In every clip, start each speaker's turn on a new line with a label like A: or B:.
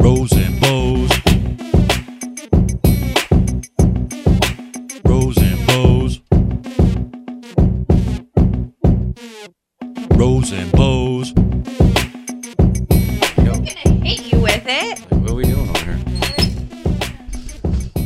A: Rose and Bows. Rose and Bows. Rose and Bows.
B: hit you with it.
C: What are we doing over here?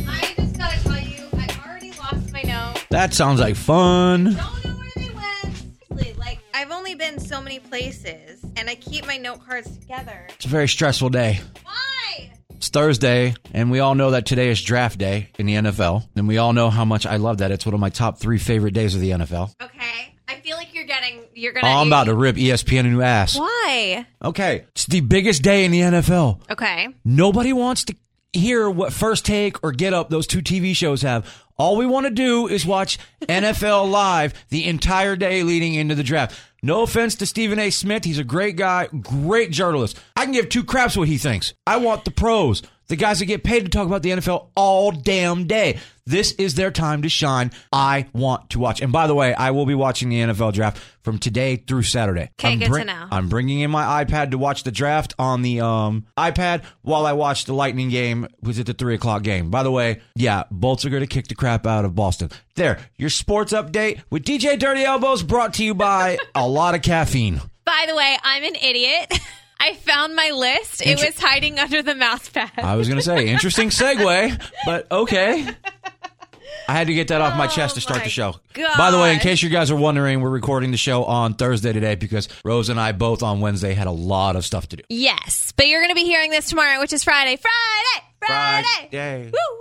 B: I just gotta tell you, I already lost my note.
A: That sounds like fun.
B: Don't know where they went. Seriously, like I've only been so many places, and I keep my note cards together.
A: It's a very stressful day.
B: Why?
A: It's Thursday, and we all know that today is draft day in the NFL. And we all know how much I love that. It's one of my top three favorite days of the NFL.
B: Okay, I feel like you're getting. You're
A: Oh,
B: gonna.
A: I'm about to rip ESPN a new ass.
B: Why?
A: Okay. It's the biggest day in the NFL.
B: Okay.
A: Nobody wants to hear what First Take or Get Up, those two TV shows have. All we want to do is watch NFL Live the entire day leading into the draft. No offense to Stephen A. Smith. He's a great guy, great journalist. I can give two craps what he thinks. I want the pros, the guys that get paid to talk about the NFL all damn day. This is their time to shine. I want to watch. And by the way, I will be watching the NFL draft from today through Saturday.
B: Okay,
A: I'm
B: good to
A: bring-
B: know.
A: I'm bringing in my iPad to watch the draft on the um, iPad while I watch the Lightning game. Was it the three o'clock game? By the way, yeah, Bolts are going to kick the crap out of Boston. There, your sports update with DJ Dirty Elbows, brought to you by a lot of caffeine.
B: By the way, I'm an idiot. I found my list.
A: Inter-
B: it was hiding under the mouse pad.
A: I was going to say interesting segue, but okay. I had to get that off my chest to
B: Oh
A: start
B: my
A: the show. By the way, in
B: gosh.
A: case you guys are wondering, we're recording the show on Thursday today because Rose and I both on Wednesday had a lot of stuff to do.
B: yes, but you're gonna be hearing this tomorrow, which is Friday. Friday. Friday.
A: Friday.
B: Woo, woo,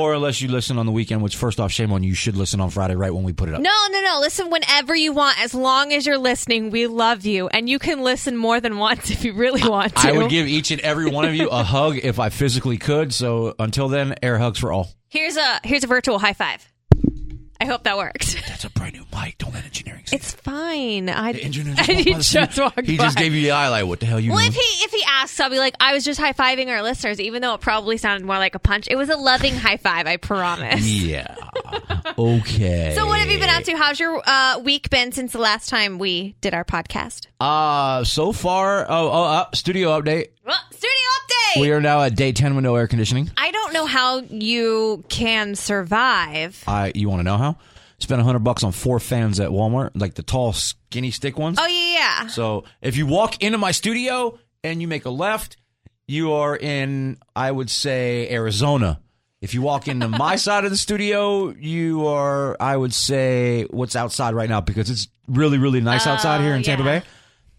B: woo.
A: Or unless you listen on the weekend, which first off, shame on you. You should listen on Friday right when we put it up.
B: No, no, no. Listen whenever you want. As long as you're listening, we love you. And you can listen more than once if you really want to.
A: I would give each and every one of you a hug if I physically could. So until then, air hugs for all.
B: here's a here's a virtual high five. I hope that works.
A: That's a brand new mic. Don't let engineering see
B: It's fine. I,
A: it. The engineer
B: I
A: walked by the
B: just
A: studio.
B: walked
A: He just
B: by.
A: gave you the eye like, what the hell you
B: well,
A: doing?
B: if he if he asks, I'll be like, I was just high fiving our listeners, even though it probably sounded more like a punch. It was a loving high five, I promise.
A: yeah. okay.
B: So, what have you been up to? How's your uh, week been since the last time we did our podcast?
A: Uh, so far, oh, oh uh, studio update.
B: Well, studio update.
A: We are now at day 10 with no air conditioning.
B: I don't know how you can survive.
A: I You want to know how? Spent 100 bucks on four fans at Walmart, like the tall, skinny stick ones.
B: Oh yeah, yeah.
A: So if you walk into my studio and you make a left, you are in, I would say, Arizona. If you walk into my side of the studio, you are, I would say, what's outside right now because it's really, really nice outside here in Tampa
B: Oh, yeah.
A: Bay.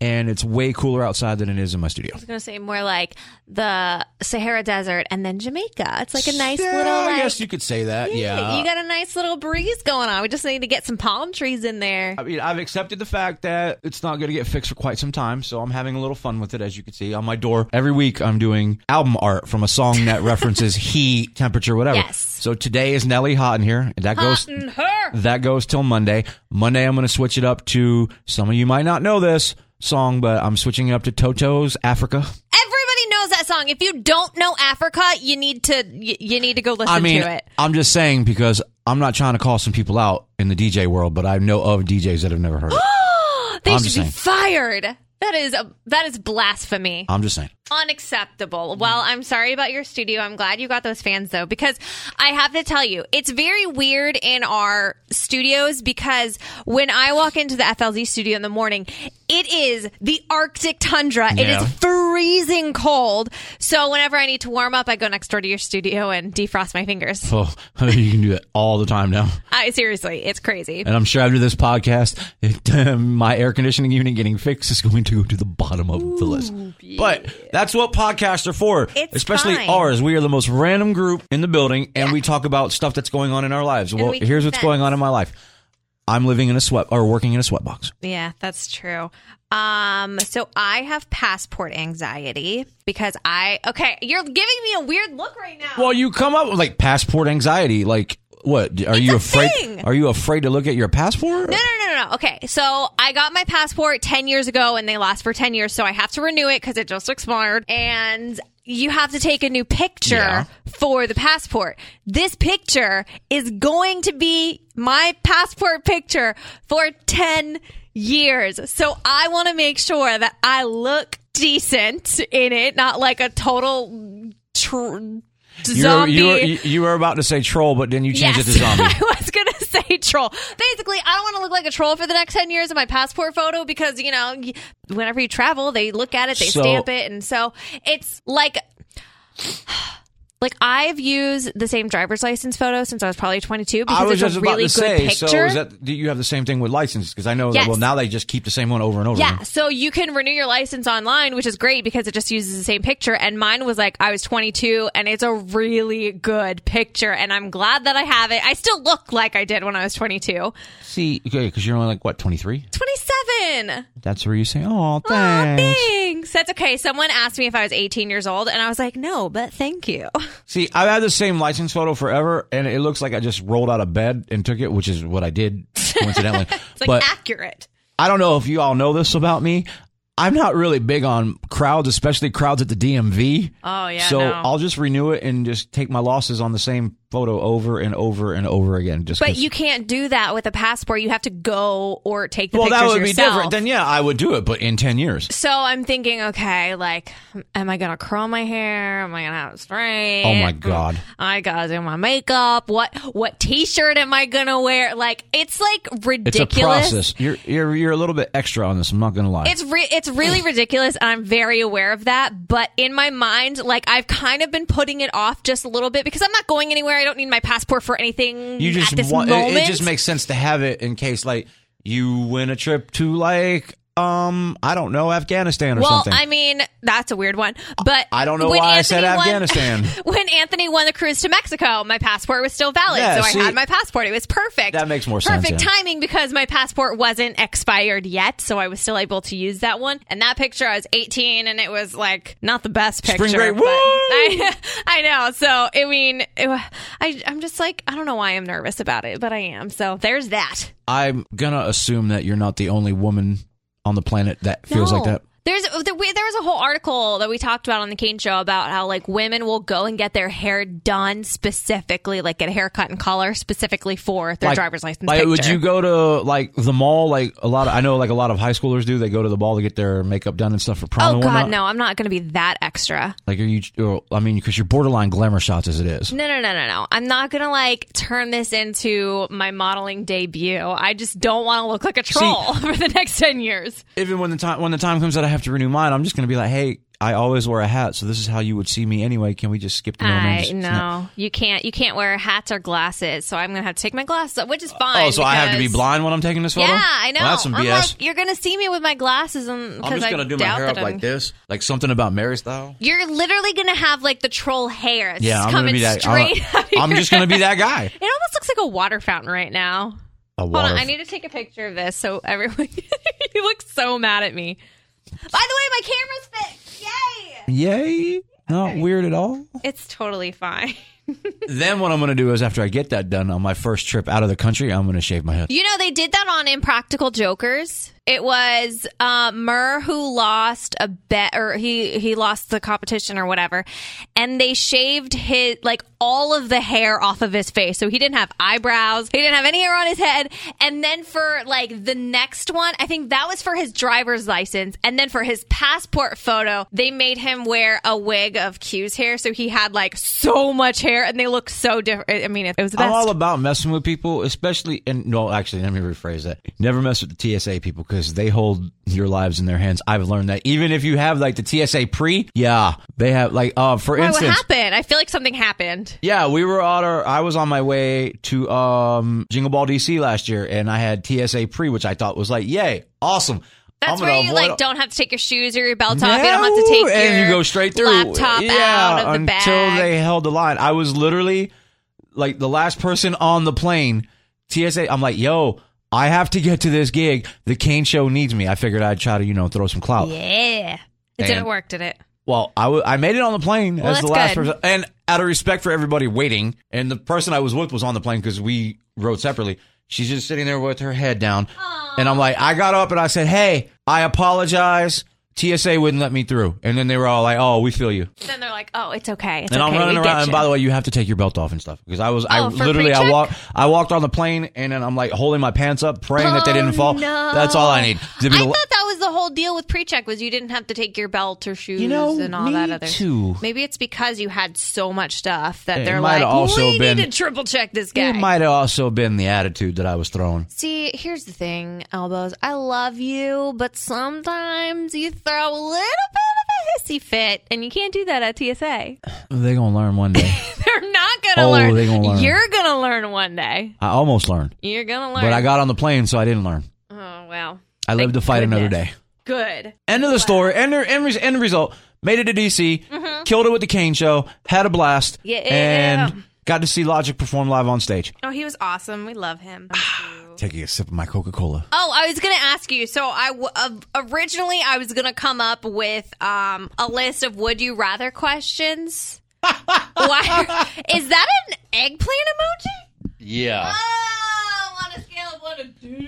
A: And it's way cooler outside than it is in my studio.
B: I was gonna say more like the Sahara Desert and then Jamaica. It's like a nice
A: Yeah,
B: little.
A: I
B: like-
A: guess you could say that. Yeah.
B: you got a nice little breeze going on. We just need to get some palm trees in there.
A: I mean, I've accepted the fact that it's not going to get fixed for quite some time, so I'm having a little fun with it, as you can see on my door. Every week, I'm doing album art from a song that references heat, temperature, whatever.
B: Yes.
A: So today is Nelly Hot in here, and that goes
B: And her.
A: that goes till Monday. Monday, I'm going to switch it up to some of you might not know this song, but I'm switching it up to Toto's Africa.
B: Everybody knows that song. If you don't know Africa, you need to you, you need to go listen
A: I mean,
B: to it.
A: I'm just saying because I'm not trying to call some people out in the DJ world, but I know of DJs that have never heard it.
B: They
A: I'm
B: should
A: just
B: be
A: saying.
B: fired. That is a, that is blasphemy.
A: I'm just saying.
B: Unacceptable. Well, I'm sorry about your studio. I'm glad you got those fans though, because I have to tell you, it's very weird in our studios because when I walk into the FLZ studio in the morning, it is the Arctic tundra. It
A: Yeah.
B: is freezing cold. So whenever I need to warm up, I go next door to your studio and defrost my fingers.
A: Oh, you can do that all the time now.
B: I seriously, it's crazy.
A: And I'm sure after this podcast, it, my air conditioning unit getting fixed is going to go to the bottom of the list. But that's what podcasts are for,
B: It's
A: especially
B: fine.
A: ours. We are the most random group in the building, and we talk about stuff that's going on in our lives. well,
B: we
A: here's what's
B: confess.
A: going on in my life. I'm living in a sweat or working in a sweatbox.
B: Yeah, that's true. Um, so I have passport anxiety because I okay, you're giving me a weird look right now.
A: Well, you come up with like passport anxiety. Like what? Are you
B: a
A: afraid?
B: thing.
A: Are you afraid to look at your passport?
B: no, no, no, no, no. Okay, so I got my passport ten years ago, and they last for ten years, so I have to renew it because it just expired. And you have to take a new picture
A: Yeah.
B: for the passport. This picture is going to be my passport picture for ten years, so I want to make sure that I look decent in it, not like a total. Tr-
A: You were,
B: Zombie.
A: you, were, you were about to say troll, but then you changed it to zombie.
B: I was gonna say troll. Basically, I don't want to look like a troll for the next ten years in my passport photo because you know, y- whenever you travel, they look at it, they
A: So-
B: stamp it, and so it's like. Like I've used the same driver's license photo since I was probably 22 because
A: I was
B: it's
A: just
B: a
A: about
B: really
A: to
B: good
A: say.
B: picture.
A: So is that do you have the same thing with licenses? Because I know that
B: Yes.
A: well now they just keep the same one over and over.
B: Yeah, so you can renew your license online, which is great because it just uses the same picture. And mine was like I was 22, and it's a really good picture, and I'm glad that I have it. I still look like I did when I was 22,
A: See, okay, because you're only like what 23.
B: 27.
A: That's where you say, oh, thanks.
B: Aw, thanks. That's okay. Someone asked me if I was 18 years old, and I was like, no, but thank you.
A: See, I've had the same license photo forever, and it looks like I just rolled out of bed and took it, which is what I did coincidentally.
B: It's like
A: but
B: accurate.
A: I don't know if you all know this about me. I'm not really big on crowds, especially crowds at the DMV.
B: Oh, yeah,
A: So
B: no.
A: I'll just renew it and just take my losses on the same photo over and over and over again. Just
B: But
A: 'cause-
B: you can't do that with a passport. You have to go or take the
A: well,
B: pictures
A: that would
B: yourself.
A: be different. Then yeah, I would do it, but in ten years.
B: so I'm thinking, okay, like, am I gonna curl my hair? Am I gonna have it straight?
A: Oh, my God.
B: I gotta do my makeup. What what T-shirt am I gonna wear? Like, it's like
A: It's
B: ridiculous.
A: a process. You're, you're you're a little bit extra on this. I'm not gonna lie.
B: It's re- it's really ridiculous, and I'm very aware of that. But in my mind, like I've kind of been putting it off just a little bit because I'm not going anywhere. I don't need my passport for anything.
A: you just
B: at this
A: want
B: moment.
A: it, it just makes sense to have it in case like you win a trip to like um I don't know Afghanistan or
B: well,
A: something.
B: I mean that's a weird one, but
A: I don't know
B: when
A: why I said
B: Anthony won-
A: Afghanistan.
B: when Anthony won the cruise to Mexico, my passport was still valid,
A: Yeah,
B: so
A: see-
B: I had my passport. It was perfect.
A: That makes more sense,
B: perfect
A: yeah.
B: timing because my passport wasn't expired yet, so I was still able to use that one. And that picture, I was 18, and it was like not the best
A: Spring
B: picture.
A: break,
B: but
A: woo!
B: I, I know. So I mean, it, wa- I I'm just like I don't know why I'm nervous about it, but I am. So there's that.
A: I'm gonna assume that you're not the only woman on the planet that feels like
B: No.
A: that.
B: There's there we- there was a whole article that we talked about on the Kane Show about how like women will go and get their hair done specifically, like get a haircut and color specifically for their
A: Like-
B: driver's license.
A: Like,
B: picture.
A: would you go to like the mall? Like a lot of I know, like a lot of high schoolers do. They go to the mall to get their makeup done and stuff for prom.
B: Oh
A: and
B: God,
A: whatnot.
B: no! I'm not going to be that extra.
A: Like, are you? Or, I mean, because you're borderline glamour shots as it is.
B: No, no, no, no, no! I'm not going to like turn this into my modeling debut. I just don't want to look like a troll for the next ten years.
A: Even when the time when the time comes that I have to renew mine, I'm just gonna be like, hey, I always wear a hat, so this is how you would see me anyway. Can we just skip the
B: I
A: romance?
B: no, you can't. You can't wear hats or glasses, so I'm going to have to take my glasses off, which is fine.
A: Oh, so I have to be
B: because-
A: blind when I'm taking this photo?
B: Yeah, I know.
A: Well, that's some
B: I'm
A: BS.
B: like, you're gonna see me with my glasses, and
A: I'm just
B: gonna
A: gonna do my hair up like this, like something about Mary style.
B: You're literally gonna have like the troll hair. It's
A: Yeah,
B: just
A: I'm gonna
B: coming
A: be that.
B: straight. out of
A: I'm, I'm
B: your-
A: just gonna be that guy.
B: It almost looks like a water fountain right now.
A: A
B: Hold
A: water.
B: on, I need to take a picture of this so everyone. you look so mad at me. By the way, my camera's fixed. Yay!
A: Yay! Not weird at all.
B: It's totally fine.
A: Then what I'm going to do is after I get that done on my first trip out of the country, I'm going to shave my head.
B: You know, they did that on Impractical Jokers. It was uh, Murr who lost a bet, or he he lost the competition or whatever, and they shaved his like all of the hair off of his face, so he didn't have eyebrows, he didn't have any hair on his head. And then for like the next one, I think that was for his driver's license, and then for his passport photo, they made him wear a wig of Q's hair, so he had like so much hair, and they looked so different. I mean, it, it was the best.
A: I'm all about messing with people, especially and no, actually, let me rephrase that. Never mess with the TSA people because they hold your lives in their hands. I've learned that even if you have like the TSA pre, yeah, they have like uh for
B: Why, what
A: instance,
B: happened? I feel like something happened.
A: Yeah, we were on our. I was on my way to um, Jingle Ball DC last year, and I had TSA pre, which I thought was like, yay, awesome.
B: That's
A: I'm gonna
B: where you
A: avoid-
B: like don't have to take your shoes or your belt off. You don't have to take
A: No, and
B: your
A: you go straight through.
B: laptop
A: yeah,
B: out of the
A: until
B: bag.
A: they held the line. I was literally like the last person on the plane. TSA. I'm like, yo. I have to get to this gig. The Kane Show needs me. I figured I'd try to, you know, throw some clout.
B: Yeah. It
A: And-
B: didn't work, did it?
A: Well, I wa- I made it on the plane as the
B: that's
A: last
B: good.
A: person, and out of respect for everybody waiting, and the person I was with was on the plane because we rode separately. She's just sitting there with her head down, and I'm like, I got up and I said, "Hey, I apologize." TSA wouldn't let me through, and then they were all like, "Oh, we feel you."
B: Then they're like, oh, it's okay. It's
A: and
B: okay.
A: I'm running
B: we
A: around.
B: Get
A: And
B: you.
A: by the way, you have to take your belt off and stuff because I was I
B: Oh, for
A: literally I
B: pre-check?
A: walked I walked on the plane and then I'm like holding my pants up, praying that they didn't fall. That's all I need.
B: Oh, I
A: To be the-
B: thought that was the whole deal with pre-check was you didn't have to take your belt or shoes
A: You know,
B: and all
A: me
B: that other.
A: too.
B: Maybe it's because you had so much stuff that
A: It
B: they're
A: might
B: like,
A: have also
B: we
A: been-
B: need to triple check this guy.
A: it might have also been the attitude that I was throwing.
B: See, here's the thing, elbows. I love you, but sometimes you throw a little bit of a hissy fit, and you can't do that at TSA.
A: They're gonna learn one day.
B: They're not gonna
A: Oh,
B: learn.
A: they gonna learn.
B: You're gonna learn one day.
A: I almost learned,
B: You're gonna learn.
A: but I got on the plane, so I didn't learn.
B: Oh well.
A: I lived to fight another
B: goodness.
A: day.
B: Good.
A: End of the story. End, end, res- end result. Made it to DC. Killed it with the Kane show. Had a blast.
B: Mm-hmm. Yeah.
A: And got to see Logic perform live on stage.
C: Oh, he was awesome. We love him.
A: Taking a sip of my Coca Cola.
B: Oh, I was going to ask you. So I w- uh, originally I was going to come up with um, a list of would you rather questions. Why is that an eggplant emoji?
A: Yeah.
B: Oh, on a scale of one to two.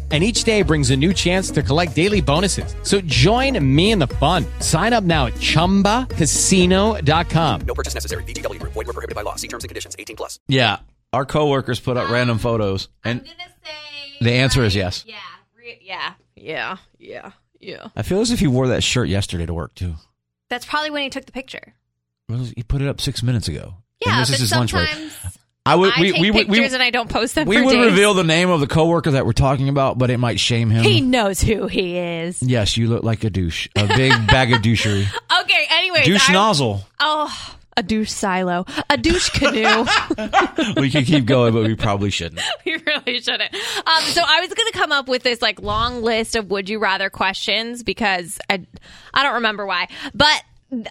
D: And each day brings a new chance to collect daily bonuses. So join me in the fun. Sign up now at chumbacasino.com.
A: Yeah. Our coworkers put up random photos, and
B: I'm going to say
A: the answer is yes.
B: yeah. Re- yeah. Yeah. Yeah. Yeah.
A: I feel as if he wore that shirt yesterday to work too.
B: That's probably when he took the picture.
A: He put it up six minutes ago.
B: Yeah,
A: and this
B: but
A: is his lunch break.
B: sometimes
A: I would.
B: I
A: we,
B: take
A: we, would-
B: pictures
A: we,
B: and I don't post them
A: we
B: for
A: would
B: days.
A: reveal the name of the coworker that we're talking about, but it might shame him.
B: He knows who he is.
A: Yes, you look like a douche. A big bag of douchery.
B: Okay, anyways.
A: douche
B: I'm-
A: nozzle.
B: Oh, a douche silo, a douche canoe.
A: We could keep going, but we probably shouldn't.
B: we really shouldn't. Um, so I was going to come up with this like long list of would you rather questions because I, I don't remember why, but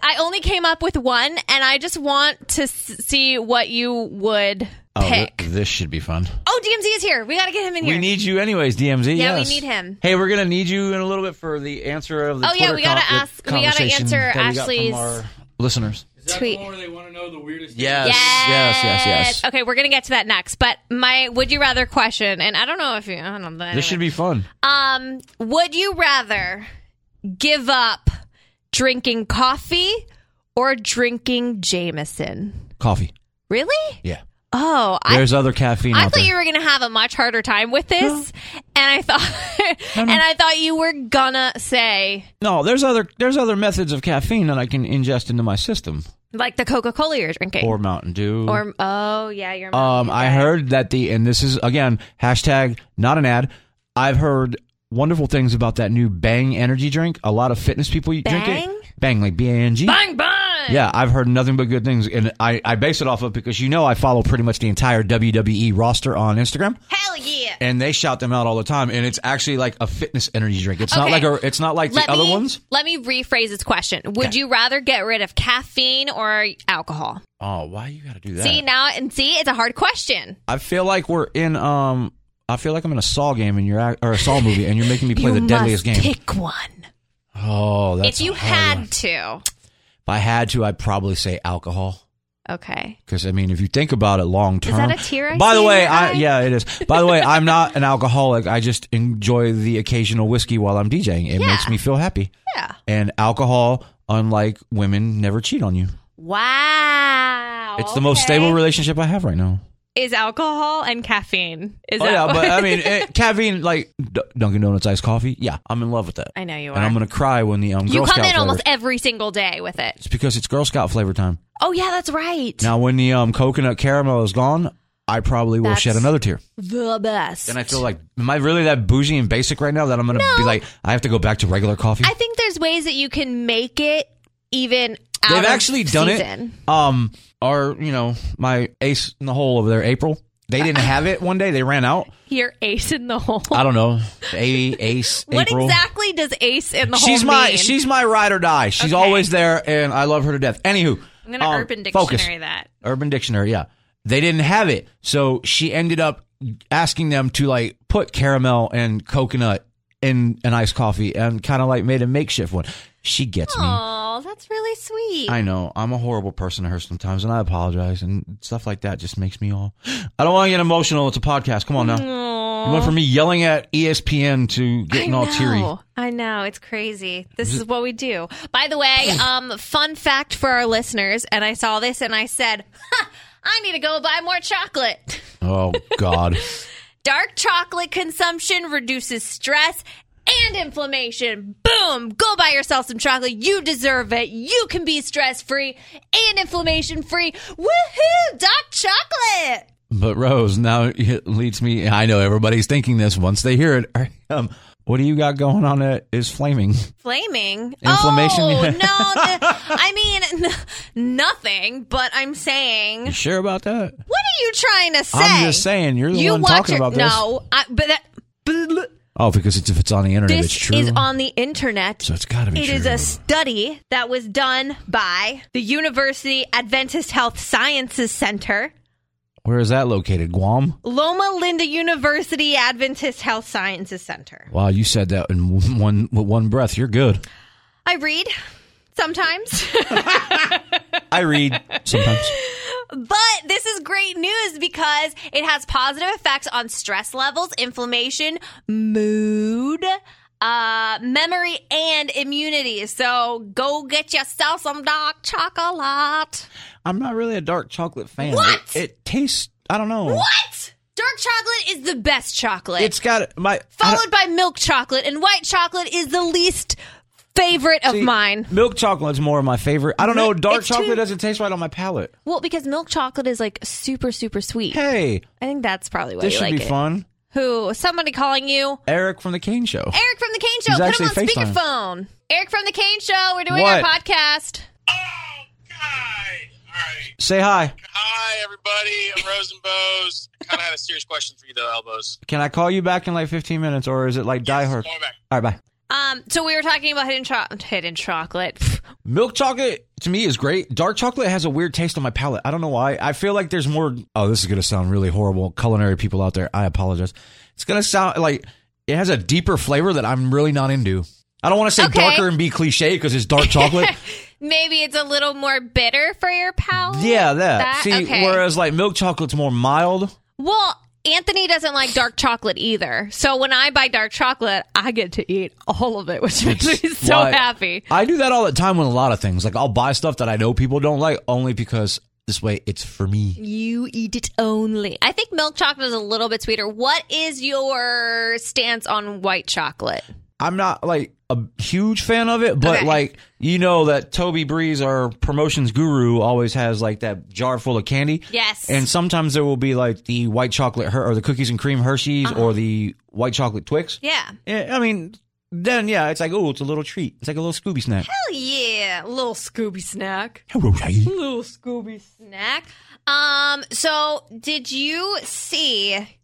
B: I only came up with one, and I just want to s- see what you would
A: Oh, thi-
B: pick.
A: this should be fun.
B: oh, DMZ is here. We got to get him in here.
A: We need you anyways, DMZ.
B: Yeah, we
A: yes.
B: need him.
A: Hey, we're gonna need you in a little bit for the answer of the.
B: Oh, yeah,
A: Twitter
B: we gotta
A: con- the
B: ask- we gotta
A: conversation
B: answer
A: that we got from
B: Ashley's-
A: our listeners.
B: tweet.
A: Yes, yes, yes, yes.
B: Okay, we're gonna get to that next. But my would you rather question, and I don't know if you. I don't know.
A: This should be fun.
B: Um, would you rather give up drinking coffee or drinking Jameson?
A: Coffee.
B: Really?
A: Yeah.
B: Oh, I
A: There's other caffeine
B: I
A: out
B: thought
A: there.
B: you were gonna have a much harder time with this, and I thought, and I thought you were gonna say
A: no, there's other there's other methods of caffeine that I can ingest into my system
B: like the Coca Cola you're drinking,
A: or Mountain Dew
B: Or- oh yeah, you're.
A: Um, I heard that the and this is again hashtag not an ad. I've heard wonderful things about that new Bang energy drink. A lot of fitness people drink
B: Bang?
A: it. Bang like B A N G.
B: bang bang.
A: Yeah, I've heard nothing but good things, and I, I base it off of because you know I follow pretty much the entire WWE roster on Instagram,
B: Hell yeah.
A: and they shout them out all the time, and it's actually like a fitness energy drink. It's not
B: Okay.
A: like a it's not like the other
B: me,
A: ones.
B: Let me rephrase this question. Would
A: Okay.
B: you rather get rid of caffeine or alcohol?
A: Oh, why you got to do that?
B: See now and see, it's a hard question.
A: I feel like we're in um. I feel like I'm in a Saw game and you're act- or a Saw movie, and you're making me play
B: you
A: the deadliest
B: must
A: game.
B: Pick one.
A: Oh, that's
B: if you
A: a hard
B: had
A: one.
B: to.
A: if I had to, I'd probably say alcohol.
B: Okay.
A: Because I mean, if you think about it long term,
B: that a tear I
A: By the
B: see in
A: way,
B: your
A: I
B: eye?
A: yeah, it is. By the way, I'm not an alcoholic. I just enjoy the occasional whiskey while I'm DJing. It makes me feel happy.
B: Yeah.
A: And alcohol, unlike women, never cheat on you.
B: Wow.
A: It's the most
B: okay.
A: stable relationship I have right now.
B: Is alcohol and caffeine. Is
A: Oh
B: that
A: yeah,
B: what-
A: but I mean, eh, caffeine like D- Dunkin' Donuts iced coffee. Yeah, I'm in love with that.
B: I know you
A: And
B: are.
A: I'm gonna cry when the um. Girl
B: you come
A: Scout
B: in
A: flavors.
B: almost e- every single day with it.
A: It's because it's Girl Scout flavor time.
B: Oh yeah, that's right.
A: Now, when the um coconut caramel is gone, I probably will
B: That's-
A: shed another tear.
B: The best.
A: And I feel like, am I really that bougie and basic right now that I'm going to be like, I have to go back to regular coffee?
B: I think there's ways that you can make it even out.
A: They've
B: of
A: actually done
B: season.
A: it. Um, our you know my ace in the hole over there, April. They didn't have it one day. They ran out.
B: You're ace in the hole.
A: I don't know. A ace.
B: What
A: April.
B: exactly does ace in the hole
A: She's my
B: mean?
A: she's my ride or die. She's
B: Okay.
A: always there, and I love her to death. Anywho,
C: I'm gonna
A: um,
C: Urban Dictionary
A: focus.
C: that.
A: Urban Dictionary, yeah. They didn't have it. So she ended up asking them to like put caramel and coconut in an iced coffee and kind of like made a makeshift one. She gets me.
B: Oh, that's really sweet.
A: I know. Mm. I'm a horrible person to her sometimes and I apologize and stuff like that just makes me all I don't want to get emotional. It's a podcast. Come on now. You went from me yelling at E ESPN to getting
B: I
A: all
B: know.
A: teary.
B: I know. It's crazy. This is what we do. By the way, um, fun fact for our listeners, and I saw this and I said, "Ha, I need to go buy more chocolate.
A: Oh God.
B: Dark chocolate consumption reduces stress and inflammation. Boom! Go buy yourself some chocolate. You deserve it. You can be stress free and inflammation free. Woohoo! Dark chocolate!
A: But Rose, now it leads me. I know everybody's thinking this once they hear it. Um, what do you got going on that is flaming?
B: Flaming
A: Inflammation?
B: Oh, no, the, I mean n- nothing. But I'm saying,
A: You
B: what
A: sure about that?
B: are you trying to say?
A: I'm just saying, you're the
B: you
A: one
B: watch
A: talking
B: your-
A: about this.
B: No, I, but that,
A: Oh, because it's, if it's on the internet, it's
B: this
A: true.
B: is on the internet.
A: so it's got to be
B: It
A: true.
B: is a study that was done by the University Adventist Health Sciences Center,
A: Where is that located? Guam?
B: Loma Linda University Adventist Health Sciences Center.
A: Wow, you said that in one with one breath. You're good.
B: I read sometimes.
A: I read sometimes.
B: But this is great news because it has positive effects on stress levels, inflammation, mood, uh, memory, and immunity. So go get yourself some dark chocolate.
A: I'm not really a dark chocolate fan.
B: What?
A: It, it tastes. I don't know.
B: What? Dark chocolate is the best chocolate,
A: It's got my I don't-
B: followed by milk chocolate, and white chocolate is the least favorite of
A: see,
B: mine.
A: Milk chocolate's more of my favorite. I don't know. Dark
B: It's too-
A: chocolate doesn't taste right on my palate.
B: Well, because milk chocolate is like super, super sweet.
A: Hey,
B: I think that's probably why
A: this
B: you
A: should
B: like
A: be
B: it.
A: fun.
B: Who? Somebody calling you?
A: Eric from the Kane Show.
B: Eric from the Kane Show.
A: He's
B: Put
A: actually
B: him on
A: FaceTime.
B: speakerphone. Eric from the Kane Show. We're doing our
A: What?
B: podcast.
E: Hi. All right.
A: Say hi.
E: Hi, everybody. I'm Rosenbose. Kind of had a serious question for you, though, Elbows.
A: Can I call you back in like 15 minutes, or is it like Die Hard?
E: Going back.
A: All right, bye.
B: Um, so we were talking about hidden cho- hidden chocolate. Pff,
A: Milk chocolate to me is great. Dark chocolate has a weird taste on my palate. I don't know why. I feel like there's more. Oh, this is gonna sound really horrible. Culinary people out there, I apologize. It's gonna sound like it has a deeper flavor that I'm really not into. I don't want to say
B: Okay.
A: darker and be cliche because it's dark chocolate.
B: Maybe it's a little more bitter for your palate.
A: yeah, that.
B: That-
A: See,
B: okay.
A: whereas like milk chocolate's more mild.
B: Well, Anthony doesn't like dark chocolate either. So when I buy dark chocolate, I get to eat all of it, which makes me so
A: Why-
B: happy.
A: I do that all the time with a lot of things. Like I'll buy stuff that I know people don't like only because this way it's for me.
B: You eat it only. I think milk chocolate is a little bit sweeter. What is your stance on white chocolate?
A: I'm not like a huge fan of it, but
B: Okay.
A: like you know that Toby Breeze, our promotions guru, always has like that jar full of candy.
B: Yes.
A: And sometimes there will be like the white chocolate Her- or the cookies and cream Hershey's
B: Uh-huh.
A: or the white chocolate Twix.
B: Yeah.
A: Yeah, I mean, then yeah, it's like oh, it's a little treat. It's like a little Scooby snack.
B: Hell yeah, little Scooby snack.
A: Hello,
B: Little Scooby snack. Um, so did you see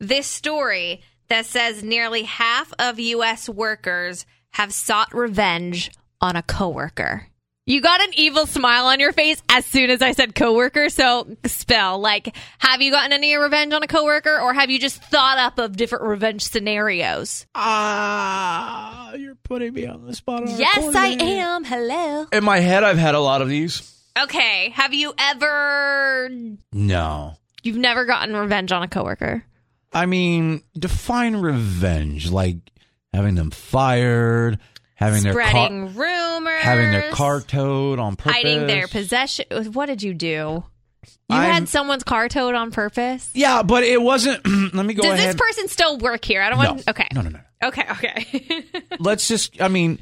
B: this story that says nearly half of US workers have sought revenge on a coworker? You got an evil smile on your face as soon as I said coworker, so spell like have you gotten any revenge on a coworker or have you just thought up of different revenge scenarios?
A: Ah, you're putting me on the spot. on
B: Yes, I
A: recording.
B: am. Hello.
A: In my head, I've had a lot of these.
B: Okay. Have you ever?
A: No.
B: You've never gotten revenge on a coworker.
A: I mean, define revenge like having them fired, having their
B: Spreading
A: car,
B: rumors.
A: having their car towed on purpose,
B: Hiding their possession. What did you do? You
A: I'm-
B: had someone's car towed on purpose.
A: Yeah, but it wasn't. let me go
B: Does
A: ahead.
B: this person still work here? I don't
A: no.
B: want. Okay.
A: No, no, no.
B: Okay. Okay.
A: Let's just. I mean,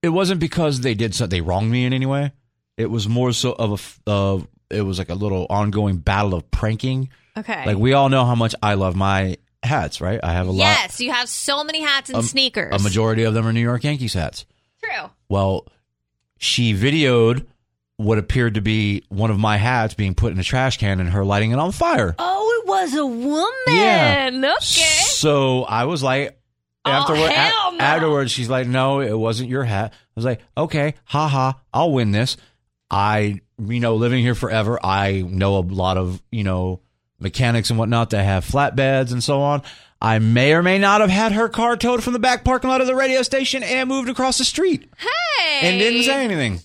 A: it wasn't because they did so. They wronged me in any way. It was more so of a. f- Of it was like a little ongoing battle of pranking.
B: okay.
A: Like we all know how much I love my hats, right? I have a lot.
B: yes, you have so many hats and sneakers.
A: A majority of them are New York Yankees hats.
B: True.
A: Well, she videoed what appeared to be one of my hats being put in a trash can and her lighting it on fire.
F: Oh, it was a woman. Okay.
A: So I was like,
F: Oh,
A: afterward, a-
F: hell no.
A: afterwards, she's like, no, it wasn't your hat. I was like, okay, haha, I'll win this. I, you know, living here forever, I know a lot of, you know, mechanics and whatnot that have flatbeds and so on. I may or may not have had her car towed from the back parking lot of the radio station and moved across the street
B: Hey.
A: and didn't say anything.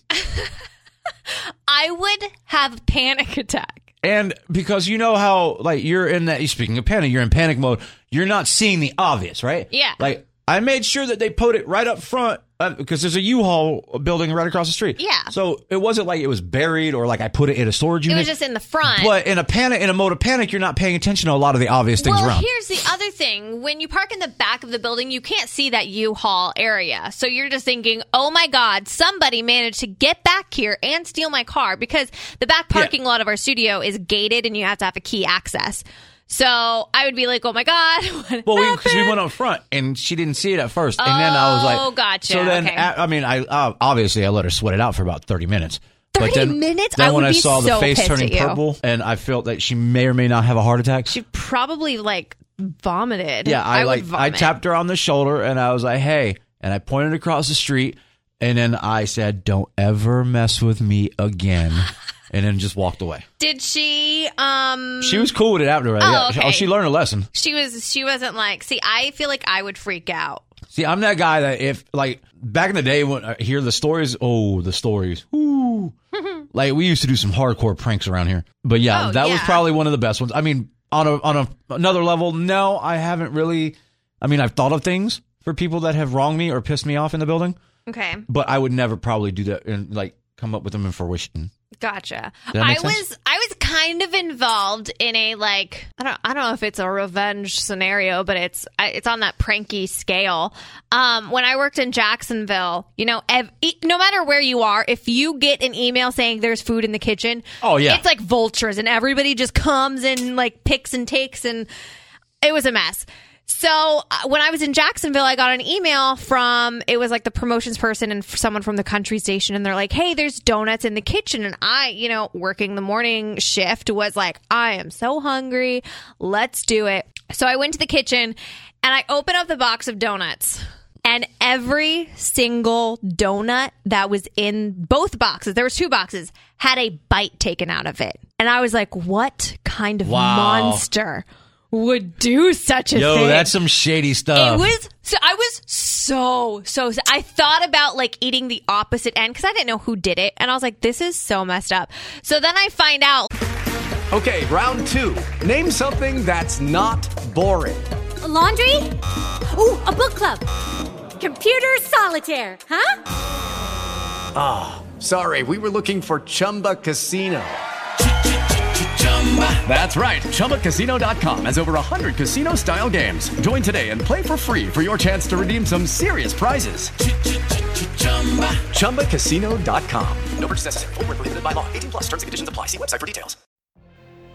B: I would have a panic attack.
A: And because you know how, like, you're in that, speaking of panic, you're in panic mode. You're not seeing the obvious, right?
B: Yeah.
A: Like, I made sure that they put it right up front uh, because there's a U-Haul building right across the street.
B: Yeah.
A: So it wasn't like it was buried or like I put it in a storage
B: It
A: unit.
B: was just in the front.
A: But in a panic, in a mode of panic, you're not paying attention to a lot of the obvious things
B: well,
A: around.
B: here's the other thing. When you park in the back of the building, you can't see that U-Haul area. So you're just thinking, oh my God, somebody managed to get back here and steal my car because the back parking lot of our studio is gated and you have to have a key access. So I would be like, oh my God. What
A: well, we, 'cause
B: happened?
A: we went up front and she didn't see it at first, and then I was like,
B: Oh, gotcha.
A: So then,
B: Okay.
A: a- I mean, I uh, obviously I let her sweat it out for about thirty minutes.
B: 30
A: but then,
B: minutes?
A: Then
B: I
A: when
B: would
A: I
B: be
A: saw the
B: so
A: face
B: pissed
A: turning
B: at you.
A: purple, and I felt that she may or may not have a heart attack.
B: She probably like vomited.
A: yeah, I,
B: would
A: like I
B: vomit.
A: tapped her on the shoulder and I was like, "Hey," and I pointed across the street, and then I said, "Don't ever mess with me again," and then just walked away.
B: Did she? Um,
A: She was cool with it after. right?
B: Oh,
A: yeah.
B: okay.
A: oh, she learned a lesson.
B: she was. She wasn't like. See, I feel like I would freak out.
A: See, I'm that guy that if like back in the day when I hear the stories, oh, the stories. Ooh. like we used to do some hardcore pranks around here. But yeah,
B: Oh,
A: that was
B: yeah.
A: probably one of the best ones. I mean, on a on a another level, no, I haven't really I mean, I've thought of things for people that have wronged me or pissed me off in the building,
B: Okay,
A: but I would never probably do that and like come up with them in fruition.
B: gotcha.
A: that
B: I
A: make sense?
B: was. I was kind of involved in a like. I don't. I don't know if it's a revenge scenario, but it's. I- It's on that pranky scale. Um, when I worked in Jacksonville, you know, ev- e- no matter where you are, if you get an email saying there's food in the kitchen,
A: Oh, yeah.
B: it's like vultures, and everybody just comes and like picks and takes and. it was a mess. So uh, when I was in Jacksonville, I got an email from it was like the promotions person and f- someone from the country station, and they're like, "Hey, there's donuts in the kitchen." And I, you know, working the morning shift was like, "I am so hungry, let's do it." So I went to the kitchen, and I opened up the box of donuts. And every single donut that was in both boxes, there was two boxes, had a bite taken out of it. And I was like, what kind of
A: Wow.
B: monster would do such a
A: Yo,
B: thing?
A: that's uh, some shady stuff.
B: It was so I was so so I thought about like eating the opposite end cuz I didn't know who did it and I was like this is so messed up. So then I find out
G: Okay, round two. Name something that's not boring.
F: A laundry? Ooh, a book club. Computer solitaire, huh?
G: Sorry, we were looking for Chumba Casino. That's right. ChumbaCasino.com has over 100 casino style games. Join today and play for free for your chance to redeem some serious prizes. ChumbaCasino.com. No purchase necessary. Void where prohibited by law. 18 plus terms and conditions apply. See website for details.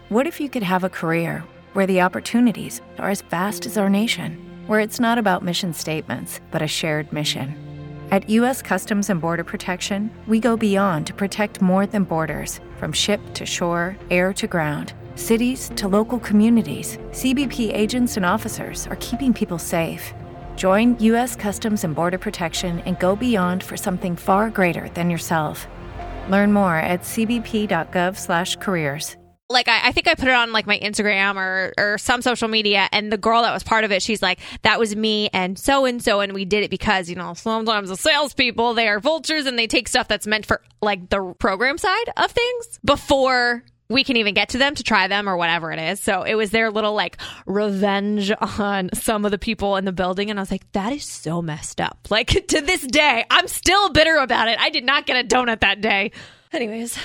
H: What if you could have a career where the opportunities are as vast as our nation, where it's not about mission statements, but a shared mission? At U.S. Customs and Border Protection, we go beyond to protect more than borders from ship to shore, air to ground. Cities to local communities, CBP agents and officers are keeping people safe. Join U.S. Customs and Border Protection and go beyond for something far greater than yourself. Learn more at cbp.gov/careers.
B: like I, I think I put it on like my Instagram or or some social media, and the girl that was part of it, she's like, "That was me and so and so, and we did it because you know sometimes the salespeople they are vultures and they take stuff that's meant for like the program side of things before." We can even get to them to try them or whatever it is. So it was their little like revenge on some of the people in the building. And I was like, that is so messed up. Like to this day, I'm still bitter about it. I did not get a donut that day. Anyways.